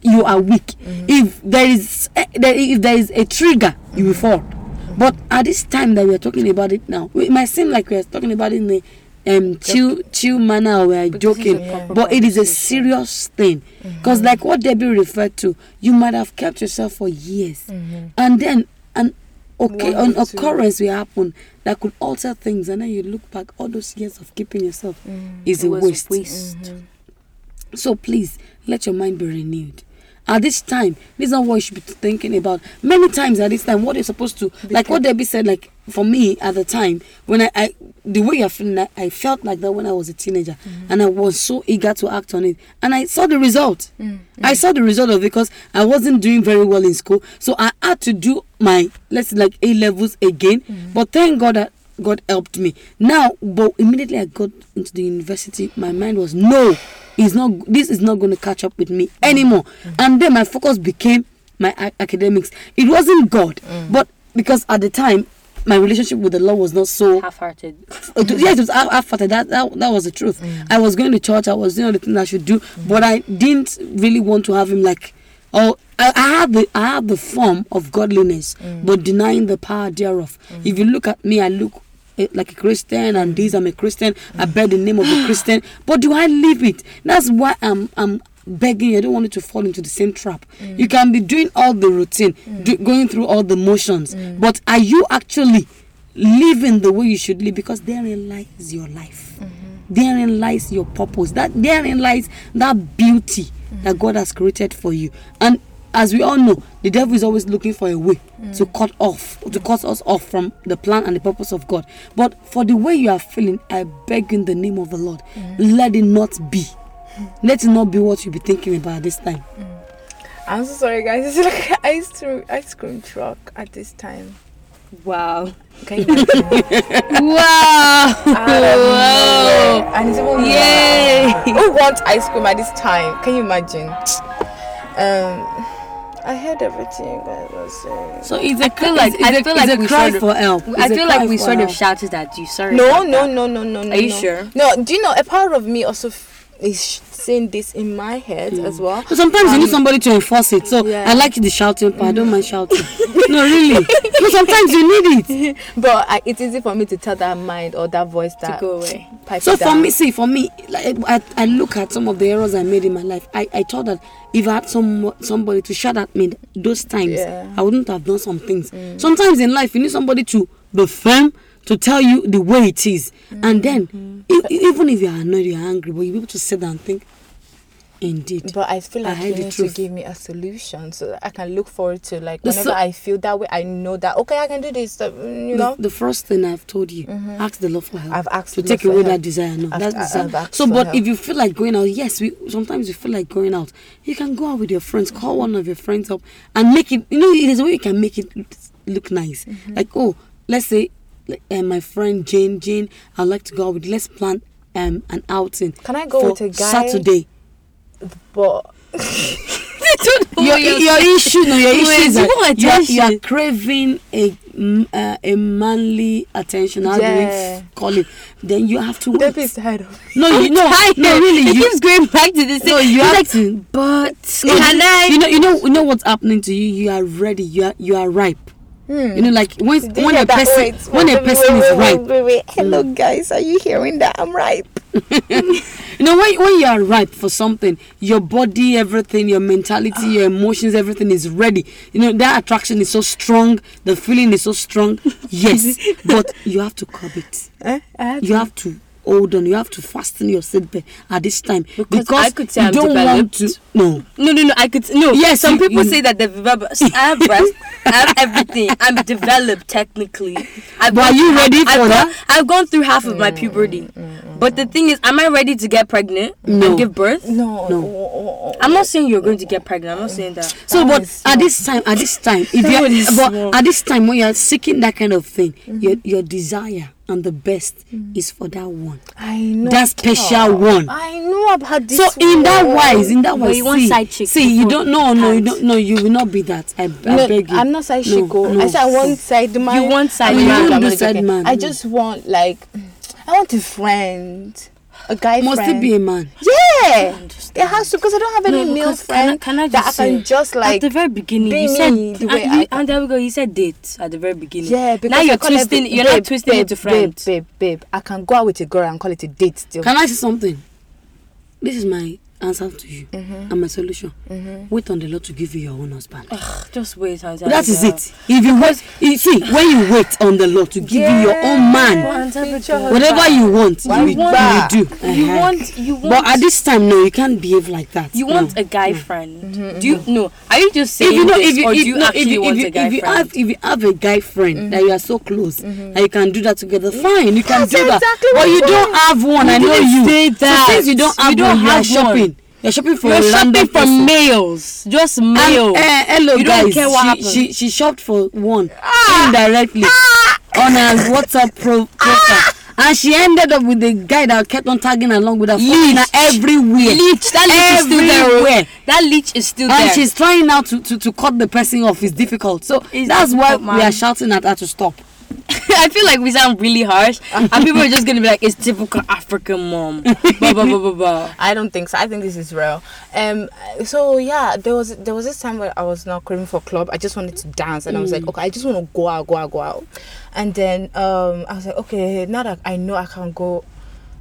You are weak. Mm-hmm. If there is eh, there- if there is a trigger, you will Mm-hmm. fall. But at this time that we are talking about it now, it might seem like we are talking about it in a um, chill chill manner or we are But this is a joking, proper but it is a conversation. Mm-hmm. serious thing because like what debbie referred to you might have kept yourself for years Mm-hmm. and then an okay One an or two. occurrence will happen that could alter things and then you look back all those years of keeping yourself is Mm. It a was waste waste. Mm-hmm. so please let your mind be renewed at this time this is not what you should be thinking about many times at this time what you're supposed to like what debbie said like for me at the time when i, I the way you're feeling I- i felt like that when i was a teenager and i was so eager to act on it and i saw the result i saw the result of it because i wasn't doing very well in school so i had to do my let's say like a levels again but thank god that God helped me. Now, but immediately I got into the university, my mind was no, it's not. This is not going to catch up with me anymore. And then my focus became my a- academics. It wasn't God, but because at the time my relationship with the Lord was not so Half-hearted. it was- yes, it was half after that, that. That was the truth. I was going to church. I was doing the thing I should do, but I didn't really want to have him like. Oh, I, I had the I had the form of godliness, but denying the power thereof. If you look at me, I look eh, like a Christian, and this I'm a Christian. I bear the name of a Christian, but do I live it? That's why I'm I'm begging you. I don't want you to fall into the same trap. You can be doing all the routine, do, going through all the motions, but are you actually living the way you should live because therein lies your life Mm-hmm. therein lies your purpose that therein lies that beauty Mm-hmm. that god has created for you and as we all know the devil is always looking for a way Mm. to cut off to cut us off from the plan and the purpose of god but for the way you are feeling i beg in the name of the lord Mm-hmm. let it not be let it not be what you be thinking about this time I'm so sorry, guys. It's like an ice cream, ice cream truck at this time. Wow. Can you imagine? wow. Out of nowhere. And it's even Yay. Who wants ice cream at this time? Can you imagine? Um, I heard everything you guys were saying. so it's a cry like- it's, it's I a- feel it's like a we cry sort of- for help I It's a feel cry like we for sort help. of shouted at you. Sorry. No, about no, that. no, no, no, no. Are you no. sure? No. Do you know a part of me also f- is saying this in my head as well? So sometimes you need somebody to enforce it. So Um, Yeah. I like the shouting part. I don't mind shouting. no, really. No, sometimes you need it. But I, it's easy for me to tell that mind or that voice that go away. pipe So for down. me, see, for me, like, I, I look at some of the errors I made in my life. I, I thought that if I had some somebody to shout at me those times, Yeah. Mm. I wouldn't have done some things. Sometimes in life, you need somebody to be firm to tell you the way it is. And then, Mm-hmm. e- e- even if you are annoyed, you are angry, but you'll be able to sit down and think, indeed. But I feel I like heard you the need truth. to give me a solution so that I can look forward to like The whenever so- I feel that way, I know that okay, I can do this. uh, mm, You the- know, the, first thing I've told you, ask the Lord for help. Mm-hmm. I've asked to the Lord take for away help. that desire. No, I've- that's I- desire. I've asked so, for but help. if you feel like going out, yes, we sometimes you feel like going out. You can go out with your friends, call one of your friends up, and make it. You know, there's a way you can make it look nice. Mm-hmm. Like, oh, let's say, like, uh, my friend Jane, Jane, I'd like to go out with. Let's plan um an outing. Can I go for with a guy? Saturday. but Oh, your, your issue, no, your issue Wait, is that what you are, attention? you are craving a mm, uh, a manly attention. How do we Yeah. f- call it? Then you have to that wait. is tired of me. No, you know, no, really, It you, keeps going back to this. no, thing. you It's have like, to. But No, can I? You know, you know, you know what's happening to you. You are ready. You are, you are ripe. You know, like when Do Hmm. you when hear a that? person Wait, when wait, a wait, person wait, is Mm. wait, ripe. Wait, wait, Hello, guys, are you hearing that? I'm ripe. You know, when, when you are ripe for something, your body, everything, your mentality, your emotions, everything is ready. You know, that attraction is so strong, the feeling is so strong. Yes, but you have to curb it. Eh? I had You have to hold on. You have to fasten your seatbelt at this time because, I could say you I'm don't want developed. to. No, No, no, no. I could no. Yes, some you- people you- say that they've developed. I have breast. I have everything. I'm developed technically. I've But are you ready I've for gone- that? I've gone through half of my Mm, puberty, but the thing is, am I ready to get pregnant No. and give birth? no. No. oh, oh, oh. I'm not saying you're going to get pregnant. I'm not saying that. So, That but one is at this time, at this time, if That one you is but small. Mm-hmm. at this time when you are seeking that kind of thing, your your desire and the best is for that one. I know. That special one. I know about this. so in that one. wise, in that But wise, you want see, side chick see, you before don't. No, no, you hand. don't. No, you will not be that. I, I No, beg you. I'm not side No, chico. no. I said I want side man. want side man. I'm not- You I'm do not side joking. man. I just want like, I want a friend, a guy Must friend. it be a man? Yeah, understand. it has to because I don't have any No, male because can I- friend can I that I just can say, just at like. the very beginning be you me said the and, way you, I- and there we go you said date at the very beginning yeah, because now I you're call it twisting babe, you're not babe, twisting babe, into friends Babe, babe, babe, I can go out with a girl and call it a date still. Can I say something? This is my answer to you Mm-hmm. and my solution. Wait on the Lord to give you your own husband. Ugh, just wait until that is it. If you wait, you see, when you wait on the Lord to give you your own man, want everything. Future husband. whatever you want, you, Why will- back? you do. you Uh-huh. want you want But at this time, no, you can't behave like that. you No. want a guy friend do you no are you just saying Mm-hmm, if you know this, if you or if, do you no, actually if you want if you, a guy if you friend Mm-hmm. have if you have a guy friend that you are so close that you can do that together fine you can That's do that exactly but what you I'm don't have one I know didn't you say that. so since you don't You have don't one you are have one. shopping you're shopping for you're a shopping random for person. males just And, males eh, hello You don't guys care what Ah! she, happened. she she shopped for one indirectly Ah! on her WhatsApp pro, profile and she ended up with a guy that kept on tagging along with her following her Leech. everywhere leech that leech is still there everywhere oh. that leech is still and there she's trying now to, to, to cut the person off is difficult so It's that's why difficult, we are ma'am. shouting at her to stop I feel like we sound really harsh, and people are just gonna be like, "It's typical African mom." blah, blah, blah, blah, blah. I don't think so. I think this is real. Um. So yeah, there was there was this time where I was not craving for club. I just wanted to dance, and I was Mm. like, okay, I just want to go out, go out, go out. And then um, I was like, okay, now that I know I can go,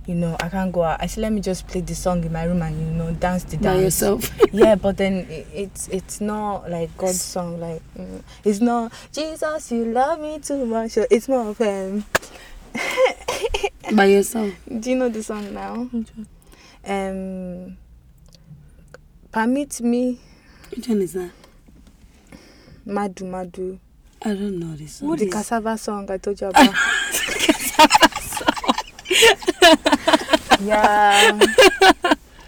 you know, I can go out. I said, let me just play the song in my room and you know, dance the by dance. yourself yeah, but then i it's it's not like God's song. Like mm, it's not Jesus, you love me too much. It's more of um. by yourself Do you know the song now? Um, permit me, which one is that Madu Madu. i don't know this one What the cassava song I told you about. yeah.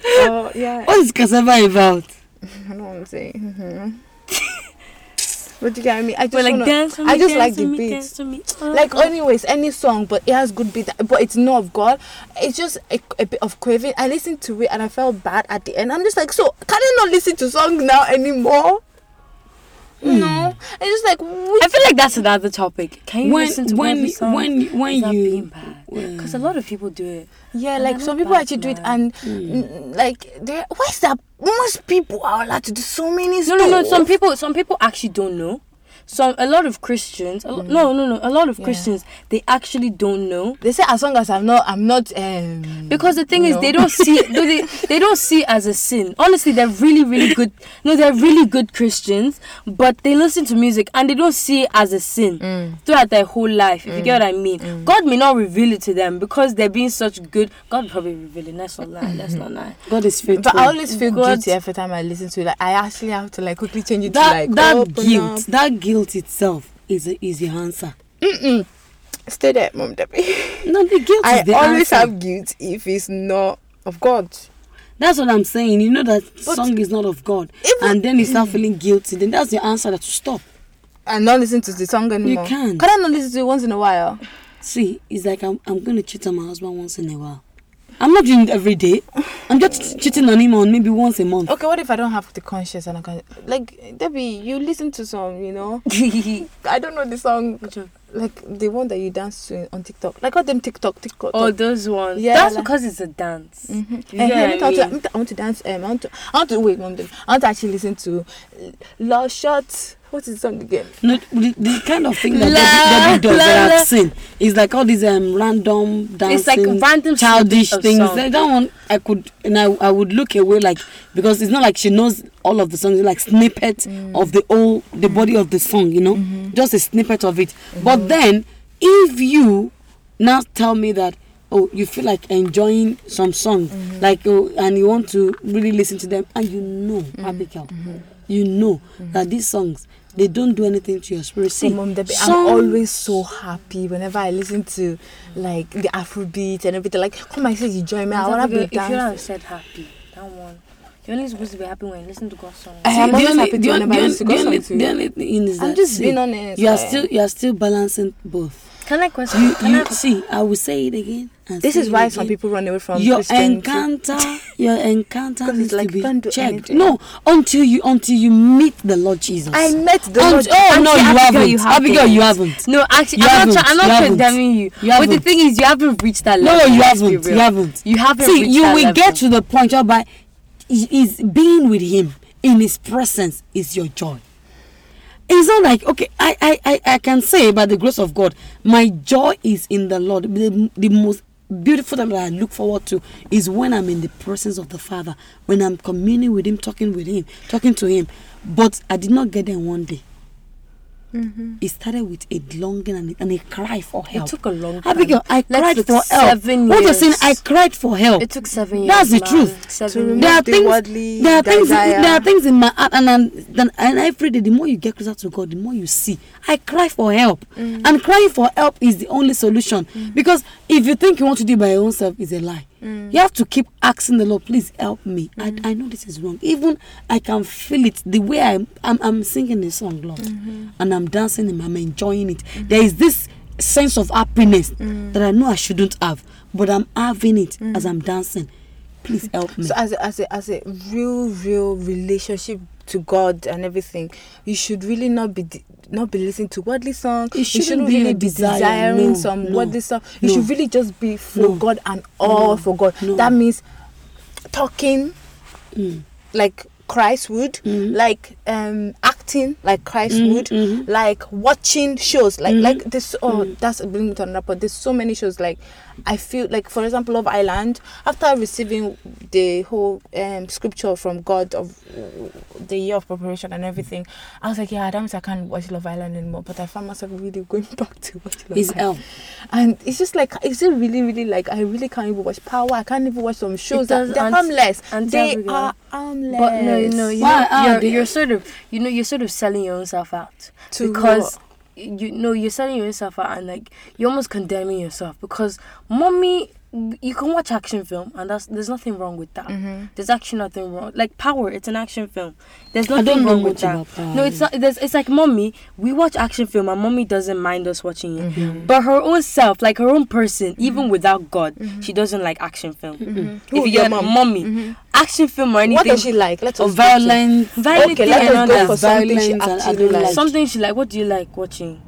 Oh yeah. what is cassava about I know what I'm saying. Mhm. but you get me. I just We're like, wanna- dance for me, I just dance like to the me, beat. dance to me. like Oh. anyways any song but it has good beat but it's not of god it's just a, a bit of craving i listened to it and i felt bad at the end i'm just like so can i not listen to songs now anymore no it's just like which- Hmm. I feel like that's another topic. Can you when listen to when every song? when when Without being you Mm. bad? well, Because a lot of people do it. yeah and like they're some not people bad, Hmm. actually do it man. and mm, like there why is that most people are allowed to do so many No, no, no. stuff? Some people, some people actually don't know. Some a lot of Christians. A lo- No, no, no. A lot of Mm. Yeah. Christians they actually don't know they say as long as i'm not i'm not um because the thing is No. they don't see it- no, they, they don't see it as a sin honestly they're really really good no they're really good christians but they listen to music and they don't see it as a sin Mm. throughout their whole life if you get what i mean god may not reveal it to them because they're being such good god probably reveal it that's not lie that's not lie god is faithful but I always feel God- guilty every time I listen to it. Like, I actually have to like quickly change it that to like that open guilt up. that guilt itself is a, is the answer Stay there, mom, Debbie. no the guilt I is the always answer have guilt if it's not of God. that's what i'm saying you know that But- song is not of god Even- and then you start feeling guilty then that's the answer that you stop And not listen to the song anymore. can't. Can I not listen to it once in a while? See, it's like I'm, I'm going to cheat on my husband once in a while. I'm not doing it every day. I'm just cheating on him on maybe once a month. Okay, what if I don't have the conscience and I can like Debbie, you listen to some, you know? I don't know the song like the one that you dance to on TikTok. Like all them TikTok TikTok. oh those ones Yeah, that's like- because it's a dance Mhm. You get Eh, what I let me talk to- mean? I want to- I want to dance. Um, I want to. I want to wait. Mom, Debbie. I want to actually listen to uh, "Love Shot." What's the song again? No, the, the kind of thing La, that Debbie, Debbie does la, that la. I've seen is like all these um, random dancing, It's like random childish snippets of things. song. Like that one, I could and I, I would look away like because it's not like she knows all of the songs. It's like snippets Mm. of the whole the body of the song, you know, Mm-hmm. just a snippet of it. But then, if you now tell me that oh you feel like enjoying some song Mm-hmm. like oh, and you want to really listen to them and you know Mm-hmm. Abigail you know that these songs they don't do anything to your spirit See, see Mom, Debbie, some- I'm always so happy whenever I listen to like the Afrobeat and everything. Like, come and say you join me. I wanna be if you dancing. have said happy that one you're only supposed to be happy when you listen to God's song. I See, am the always only- happy the to only- whenever I the listen to only- gospel the too. only thing is I'm that, just see, being honest, you are eh? still you are still balancing both Can I question? You, can I you ask- see, I will say it again. and This say is it why some again. people run away from your Christianity. encounter, your encounter 'Cause needs it's like, to be don't do checked. anything. No, until you until you meet the Lord Jesus. I met the Unt- Lord. oh no, Actually, you Abigail, haven't. you Abigail, you haven't. No, actually, You I'm not, haven't, try- I'm you not haven't. condemning you. You but the haven't. thing is, you haven't reached that No, level. you let's be haven't. real. You haven't. You haven't See, reached you that will level. get to the point whereby i- is being with Him in His presence is your joy. It's not like okay, I I I, I can say by the grace of God, my joy is in the Lord. The, the most beautiful time that I look forward to is when I'm in the presence of the Father, when I'm communing with Him, talking with Him, talking to Him. But I did not get there in one day. It started with a longing and a, and a cry for help. Mm-hmm. took a long Abigail, time. I Like cried took for help. seven What you're saying, years. I cried for help. It took seven That's the years, man. truth. Seven To years. There are the things. worldly There are things. desire. There are things in my heart, and I'm, then, and every day, the more you get closer to God, the more you see. I cry for help, Mm. and crying for help is the only solution. Because if you think you want to do it by your own self, is a lie. Mm. You have to keep asking the Lord, please help me. I, I know this is wrong. Even I can feel it the way I'm. I'm, I'm singing the song, Lord, Mm-hmm. and I'm dancing and I'm enjoying it. There is this sense of happiness Mm. that I know I shouldn't have, but I'm having it as I'm dancing. Please help me. So as a, as a, as a real real relationship to God and everything, you should really not be de- not be listening to worldly songs. It shouldn't be really your be desire, desiring no, some no, worldly stuff. You no. should really just be for No, God and all no, for God. no. That means talking Mm. like Christ would, Mhm. like um acting like Christ Mhm, would, mhm. like watching shows like Mm-hmm. Mhm. like this. Oh, that's bringing it on up. But there's so many shows like I feel like for example Love Island. After receiving the whole um scripture from God of the year of preparation and everything, I was like, yeah, that means I can't watch Love Island anymore. But I found myself really going back to watch Love Is uh, help. Island. And it's just like, is it really, really like, I really can't even watch Power. I can't even watch some shows. That, does they're anti- harmless. anti- They Abigail. are harmless. But no, no, you Why know, are you're, they- you're sort of, you know, you're sort of selling your own self out To because you know you're selling your own self out and like you're almost condemning yourself because mommy, you can watch action film and that's there's nothing wrong with Mm. that. Mm-hmm. There's actually nothing wrong. Like Power, it's an action film. There's I nothing don't know wrong with much that. about Power, No, it's not. There's, it's like mommy. We watch action film and mommy doesn't mind us watching it, but her own self, like her own person, even without God, she doesn't like action film. Mm-hmm. Who, If you your get mom? mommy, action film or anything, What does she like? Let Or us go to- violence. Violent Okay, thing let and us all go that. for something she Violence and I actually don't likes. like. Something she like. What do you like watching?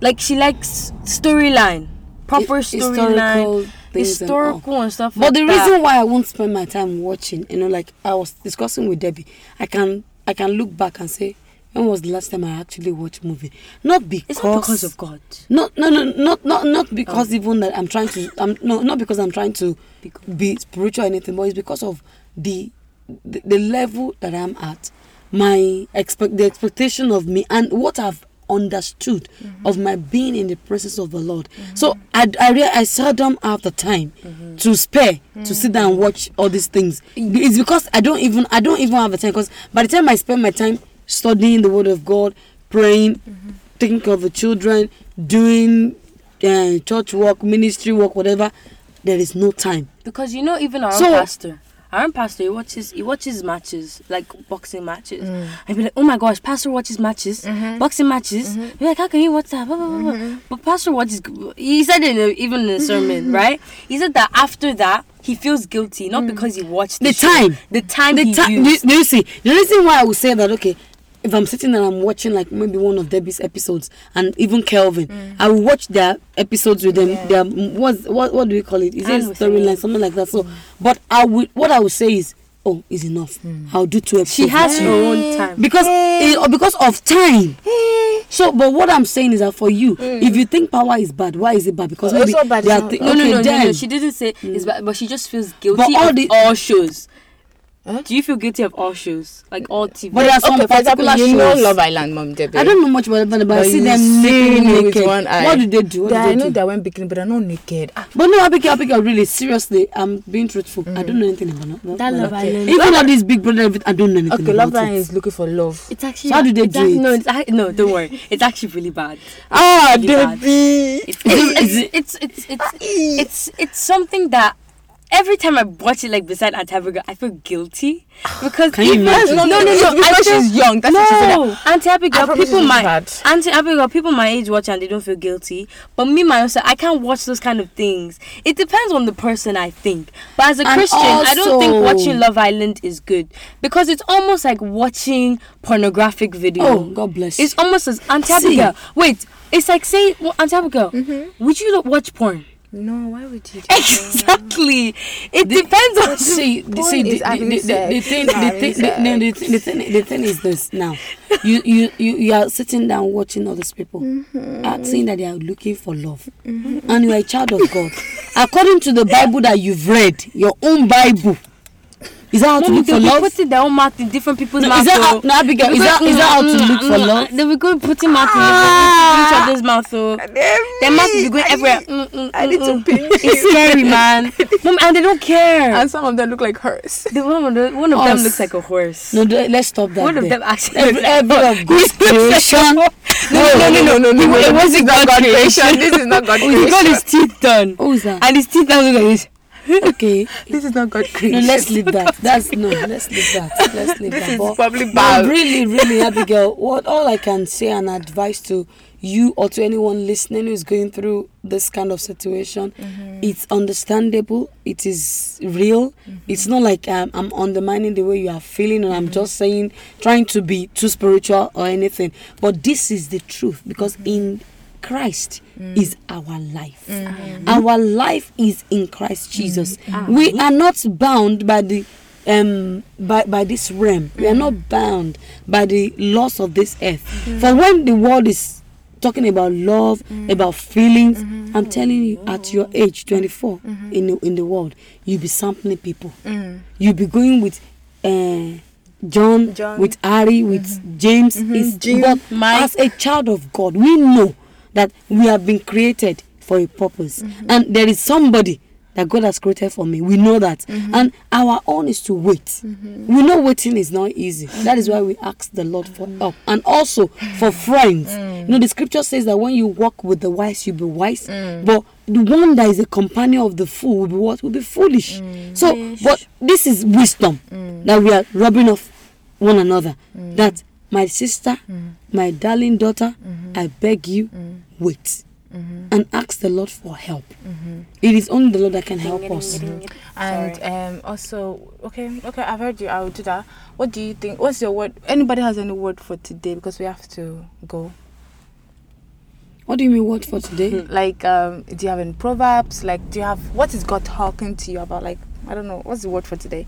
Like she likes storyline, proper Hi- historical storyline, things and all. historical and stuff. But the like that. reason why I won't spend my time watching, you know, like I was discussing with Debbie, I can I can look back and say, when was the last time I actually watched movie? Not because it's not because of God. No, no, no, not not not because even that I'm trying to. I'm no, not because I'm trying to Because- be spiritual or anything, but it's because of the the, the level that I'm at, my expect the expectation of me and what I've understood of my being in the presence of the Lord. So I I, rea- I seldom have the time to spare to sit down and watch all these things. It's because I don't even I don't even have the time because by the time I spend my time studying the Word of God, praying Mm-hmm. taking care of the children, doing uh, church work, ministry work, whatever. There is no time. Because you know, even our So- own pastor, our own pastor, he watches he watches matches like boxing matches. I'd be like, oh my gosh, pastor watches matches, boxing matches. You're like, how can you watch that? Blah, blah, blah, blah. But pastor watches. He said it in a, even in a sermon, right? He said that after that he feels guilty not because he watched the, The show, time. the time, The he time. used. Do you see? The reason why I would say that, okay, if I'm sitting and I'm watching like maybe one of Debbie's episodes and even Kelvin, Mm. I will watch their episodes with them. Their what's, what what do we call it? Is And it with storyline them. something like that? So, Mm. but I would what I would say is, oh, is enough. I'll do two episodes. Mm. She has next her week. own time. because eh, or because of time. Eh. So, but what I'm saying is that for you, if you think power is bad, why is it bad? Because Oh, Mm. it's maybe not bad, they it's are not thi- No, okay, no, no, no, no. then- She didn't say it's bad, but she just feels guilty all of the- all shows. Huh? Do you feel guilty of all shows, like all TV? But there are some okay, for example, particular you know shows. Love Island, Mom Debbie. I don't know much about it, but, but I But see you them see naked. me with naked. one eye. What do they do? What They- do I they know do? they went bikini, but they're not naked. Ah, But no, Abigail, Abigail, really, seriously, I'm being truthful. I don't know anything about that. That Love Island. Even all these Big Brother, everything, I don't know anything Okay, Love about Island it. is looking for love. It's actually. So how do they it's do ac- it? No, it's, ac- no, don't worry. It's actually really bad. Ah, really bad. Debbie. It's it's it's it's it's, it's, it's, it's something that every time I watch it, like beside Antabiga, I feel guilty because Can you even- imagine? no, no, no, It's no. because I feel- she's young. That's what she said. no, Auntie I Abigail, promise people it's my bad. Auntie Abigail, people my age watch and they don't feel guilty. But me myself, I can't watch those kind of things. It depends on the person, I think. But as a And Christian, I don't think also- watching Love Island is good because it's almost like watching pornographic video. Oh, God bless It's you. almost as Auntie See. Abigail. Wait, it's like say well, Auntie Abigail, would you not watch porn? No, why would you? Do Eh, Exactly. It depends on see, the, see, Porn the, is having the, the, the, the sex. thing, It's the having thing, the, no, the, thing- the thing, the thing is this. Now, you, you, you, you are sitting down watching all these people, uh, saying that they are looking for love, and you are a child of God, according to the Bible that you've read, your own Bible. Is that how to No, look they for will be love? putting their own mouth in different people's No, mouth. is that how- oh. no, Abigail, They is will that- go, is that how to "Mm, look mm, for mm," love? They will go putting mouth in each other's mouth. Oh. Their mouth will be going everywhere. Mm, mm, I mm, need to mm. pinch It's scary, man. Mom, and they don't care. And some of them look like hers. The one, of the- one of them Us. looks like a horse. No, do- let's stop that. one of there. them actually Every, looks like every of God's creation. no, no, no, no, no, no. It wasn't God God creation. creation. This is not God He's got creation. his teeth done. Who's that? And his teeth down look like this. okay. This is not God No, creation. let's leave that. That's no. Let's leave that. Let's leave This that. is But- probably but bad. really, really, Abigail. What all I can say and advice to you or to anyone listening who's going through this kind of situation, it's understandable. It is real. It's not like um, I'm undermining the way you are feeling, and I'm just saying trying to be too spiritual or anything. But this is the truth because in Christ is our life. Our life is in Christ Jesus. We are not bound by the um by, by this realm. We are not bound by the laws of this earth. For when the world is talking about love, about feelings, I'm telling you, at your age, 24, in the, in the world, you'll be sampling people. You'll be going with. Uh, John, John. with Ari, with James, is Jim, but Mike. as a child of God, we know that we have been created for a purpose, and there is somebody that God has created for me. We know that, and our own is to wait. We know waiting is not easy. That is why we ask the Lord for help, and also for friends. You know, the Scripture says that when you walk with the wise, you be wise, but the one that is a companion of the fool will be what will be foolish. So, but this is wisdom that we are rubbing off one another that my sister my darling daughter i beg you wait and ask the lord for help It is only the lord that can help us And um, also, okay, okay, I've heard you. I will do that. What do you think? What's your word? Anybody has any word for today? Because we have to go. what do you mean what for today Like, um, do you have any proverbs? Like, do you have what is God talking to you about? Like, I don't know. What's the word for today?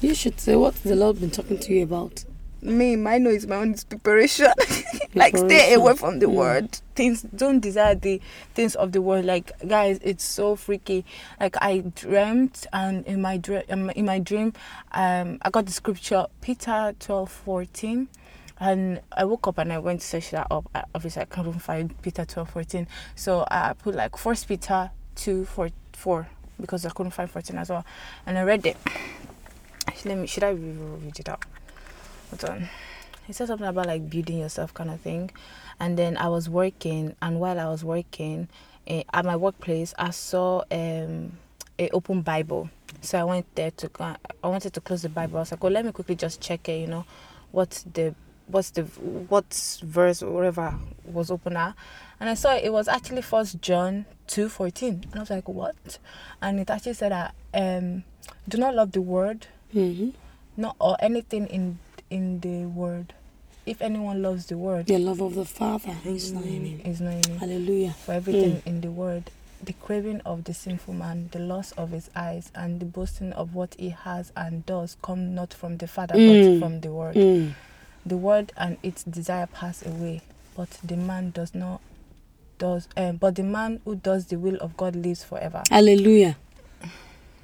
you should say what's the lord been talking to you about Me, my know is my own is preparation. like, stay Preparation. away from the Mm. world. Things don't desire the things of the world. Like, guys, it's so freaky. Like, I dreamt, and in my dream, in my dream, um, I got the scripture Peter twelve fourteen. and I woke up and I went to search that up. I, obviously, I couldn't find Peter twelve fourteen, so I put like First Peter two four four because I couldn't find fourteen as well, and I read it. Actually, let me should I re- re- read it out? Hold on. It said something about like building yourself kind of thing, and then I was working, and while I was working eh, at my workplace, I saw um a open Bible. So I went there to go- I wanted to close the Bible. I was like, oh, let me quickly just check it. You know, what's the what's the what's verse or whatever was open at, and I saw it was actually First John two fourteen, and I was like, what? And it actually said that um, do not love the world, mm-hmm. not or anything in in the world. If anyone loves the world, the love of the father is not in it. mm. is not in it hallelujah for everything in the world the craving of the sinful man, the loss of his eyes, and the boasting of what he has and does come not from the Father Mm. but from the world. Mm. The world and its desire pass away, but the man does not does um, but the man who does the will of God lives forever. hallelujah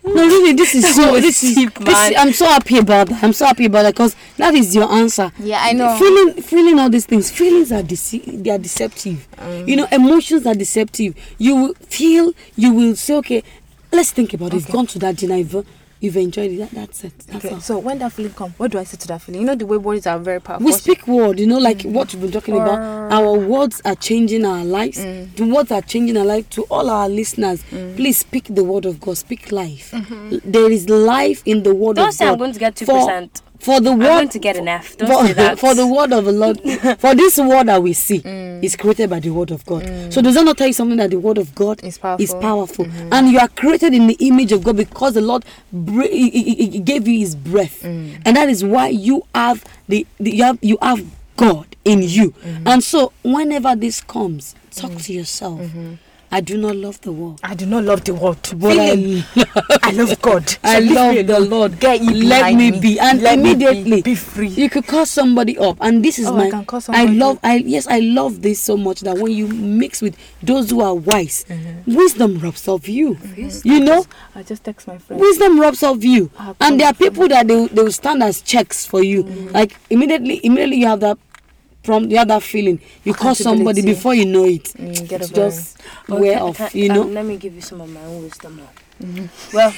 Hmm. no really this is so was this is, deep, this man. is i'm so happy about that i'm so happy about that because that is your answer Yeah, I Feeling, feeling all these things. Feelings are dece- they are deceptive. Mm. You know, emotions are deceptive. You will feel. You will say, okay, let's think about it. You've gone to that dinner. You've, you've enjoyed it. That, that's it. That's Okay, all. so when that feeling comes, what do I say to that feeling? You know, the way words are very powerful. we speak word, you know, like Mm. what we've been talking about. Our words are changing our lives. Mm. The words are changing our life. To all our listeners, please speak the word of God. Speak life. There is life in the word Mm-hmm. Don't of God. say I'm going to get For- 2%. For the word going to get an F. Don't for, say that. for the word of the Lord, for this word that we see Mm. is created by the word of God. So does that not tell you something that the word of God Is powerful. powerful? Mm-hmm. And you are created in the image of God because the Lord bre- he, he- he gave you His breath, Mm. and that is why you have the, the you have you have God in you. Mm-hmm. And so whenever this comes, talk to yourself. Mm-hmm. I do not love the world. I do not love the world, but But I I, I love God. I So leave love me the alone. Lord. Get ye Let behind me be, and Let me be. immediately be, free. You could call somebody up, and this is Oh, I my. can call somebody love. up. I yes, I love this so much that when you mix with those who are wise, Mm-hmm. wisdom robs of you. You know, I just text my friend. wisdom robs of you, I'll call and there my are people that they will- they will stand as checks for you. Mm. Like immediately, immediately you have that. From the other feeling, you call somebody Ah, Accountability. before you know it. Mm, get it's over just Well, wear can- off, can- you can- know. um, let me give you some of my own wisdom. now. Well,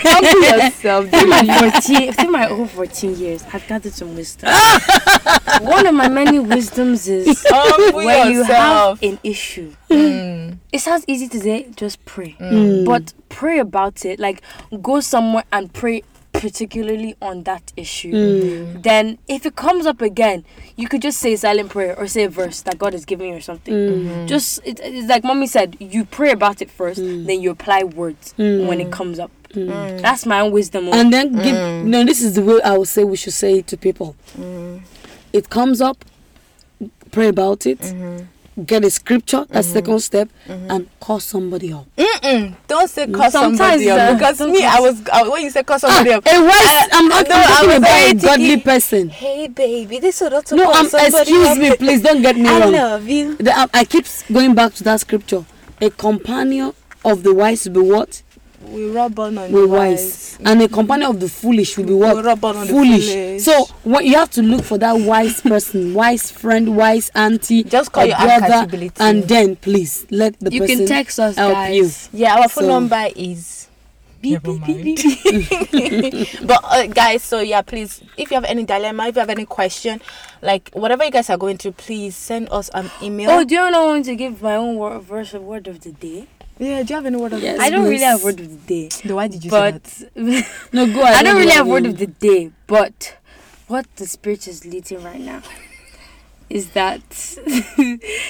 through my 14, through my over 14 years, I've gathered some wisdom. One of my many wisdoms is Oh, Humble when you yourself. have an issue, Hmm. it sounds easy to say, just pray. But pray about it. Like, go somewhere and pray particularly on that issue. Hmm. Then, if it comes up again, you could just say a silent prayer or say a verse that God is giving you or something. Hmm. Just, it, it's like mommy said, you pray about it first, Hmm. then you apply words when it comes up. That's my own wisdom. oh. and Mm. then give no this is the way i would say we should say it to people Mm. it comes up pray about it Mm-hmm. get a scripture that's second step and call somebody up Mm-mm. Don't say call Sometimes, somebody up uh, because me, I was I, when you say Ah, call somebody up. a wise i'm I not know, I talking about was a very godly thinking- person Hey baby, this is not to no call i'm somebody excuse up. me please don't get me I wrong love you. The- I, I keep s- going back to that scripture a companion of the wise will be what We rub on on will the be wise and a companion of the foolish will be what Will rub on on the foolish. foolish. so what you have to look for that wise person wise friend wise auntie Just call or your brother accountability. and then please let the You person can text us, help guys. you Yeah, our phone So- number is. Beep, Never beep, beep, mind. beep. but uh, guys, so yeah, please, if you have any dilemma, if you have any question, like whatever you guys are going through, please send us an email. Oh, do you know I want to give my own word, verse of word of the day? yeah, do you have any word of Yes. I don't really please. have word of the day, Why did you but no go ahead I don't really have go word ahead. of the day. But what the spirit is leading right now is that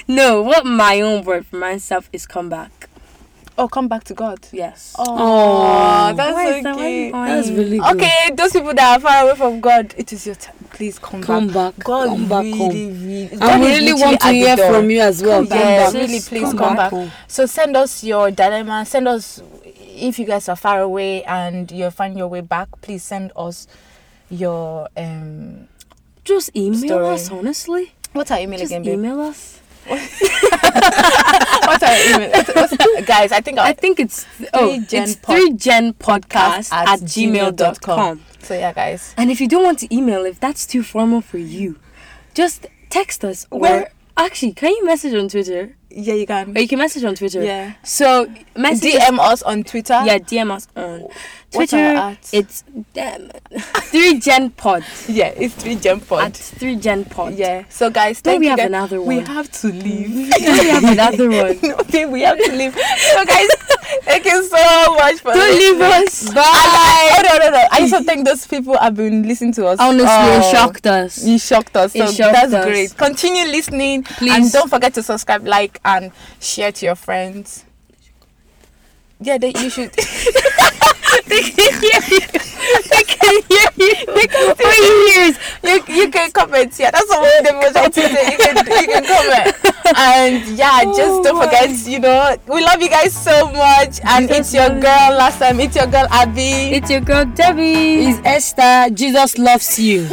no, what my own word for myself is come back. Oh, come back to God. Yes. Aw, Oh, that's Why okay. is that? Why are you going? that's really good Okay, those people that are far away from God, it is your time. Please come, Come back, God come back really, home. really, God and we is really literally want to at the hear door. from you as well Come back. yes, back. really, please come, Come back. back. So send us your dilemma. Send us if you guys are far away and you're finding your way back. Please send us your um. Just email Story. us, honestly. What's our email Just again, babe? email us. What's our email? What's- what's- guys, I think I I. think it's oh, Uh, gen it's pod- three gen podcast at, gmail dot com. So yeah, guys. And if you don't want to email, if that's too formal for you, just text us. Or Where- actually, can you message on Twitter? Yeah, you can. Or you can message on Twitter. Yeah. So message. us- DM us on Twitter. yeah, DM us on What Twitter. are at? It's um, three gen pod yeah, it's three gem at pod. three gen pod. Yeah. So guys, Don't thank we you have guys. another We one? have to leave. we have another one. okay, we have to leave. So guys, thank you so much for Don't leave listening. us. Bye. I like, oh no no no! I also think those people have been listening to us. Honestly, Oh, it shocked us. You shocked us. So It shocked that's us. great. Continue listening, and Please. don't forget to subscribe, like, and share to your friends. Yeah, they, you should. they can hear you. They can hear you. They can hear you. you, you can comment. Yeah, that's what they were trying to say. You can you can comment. And yeah, just don't forget. You know, we love you guys so much. And it's your girl. Last time, it's your girl Abby. It's your girl Debbie. is esther jesus loves you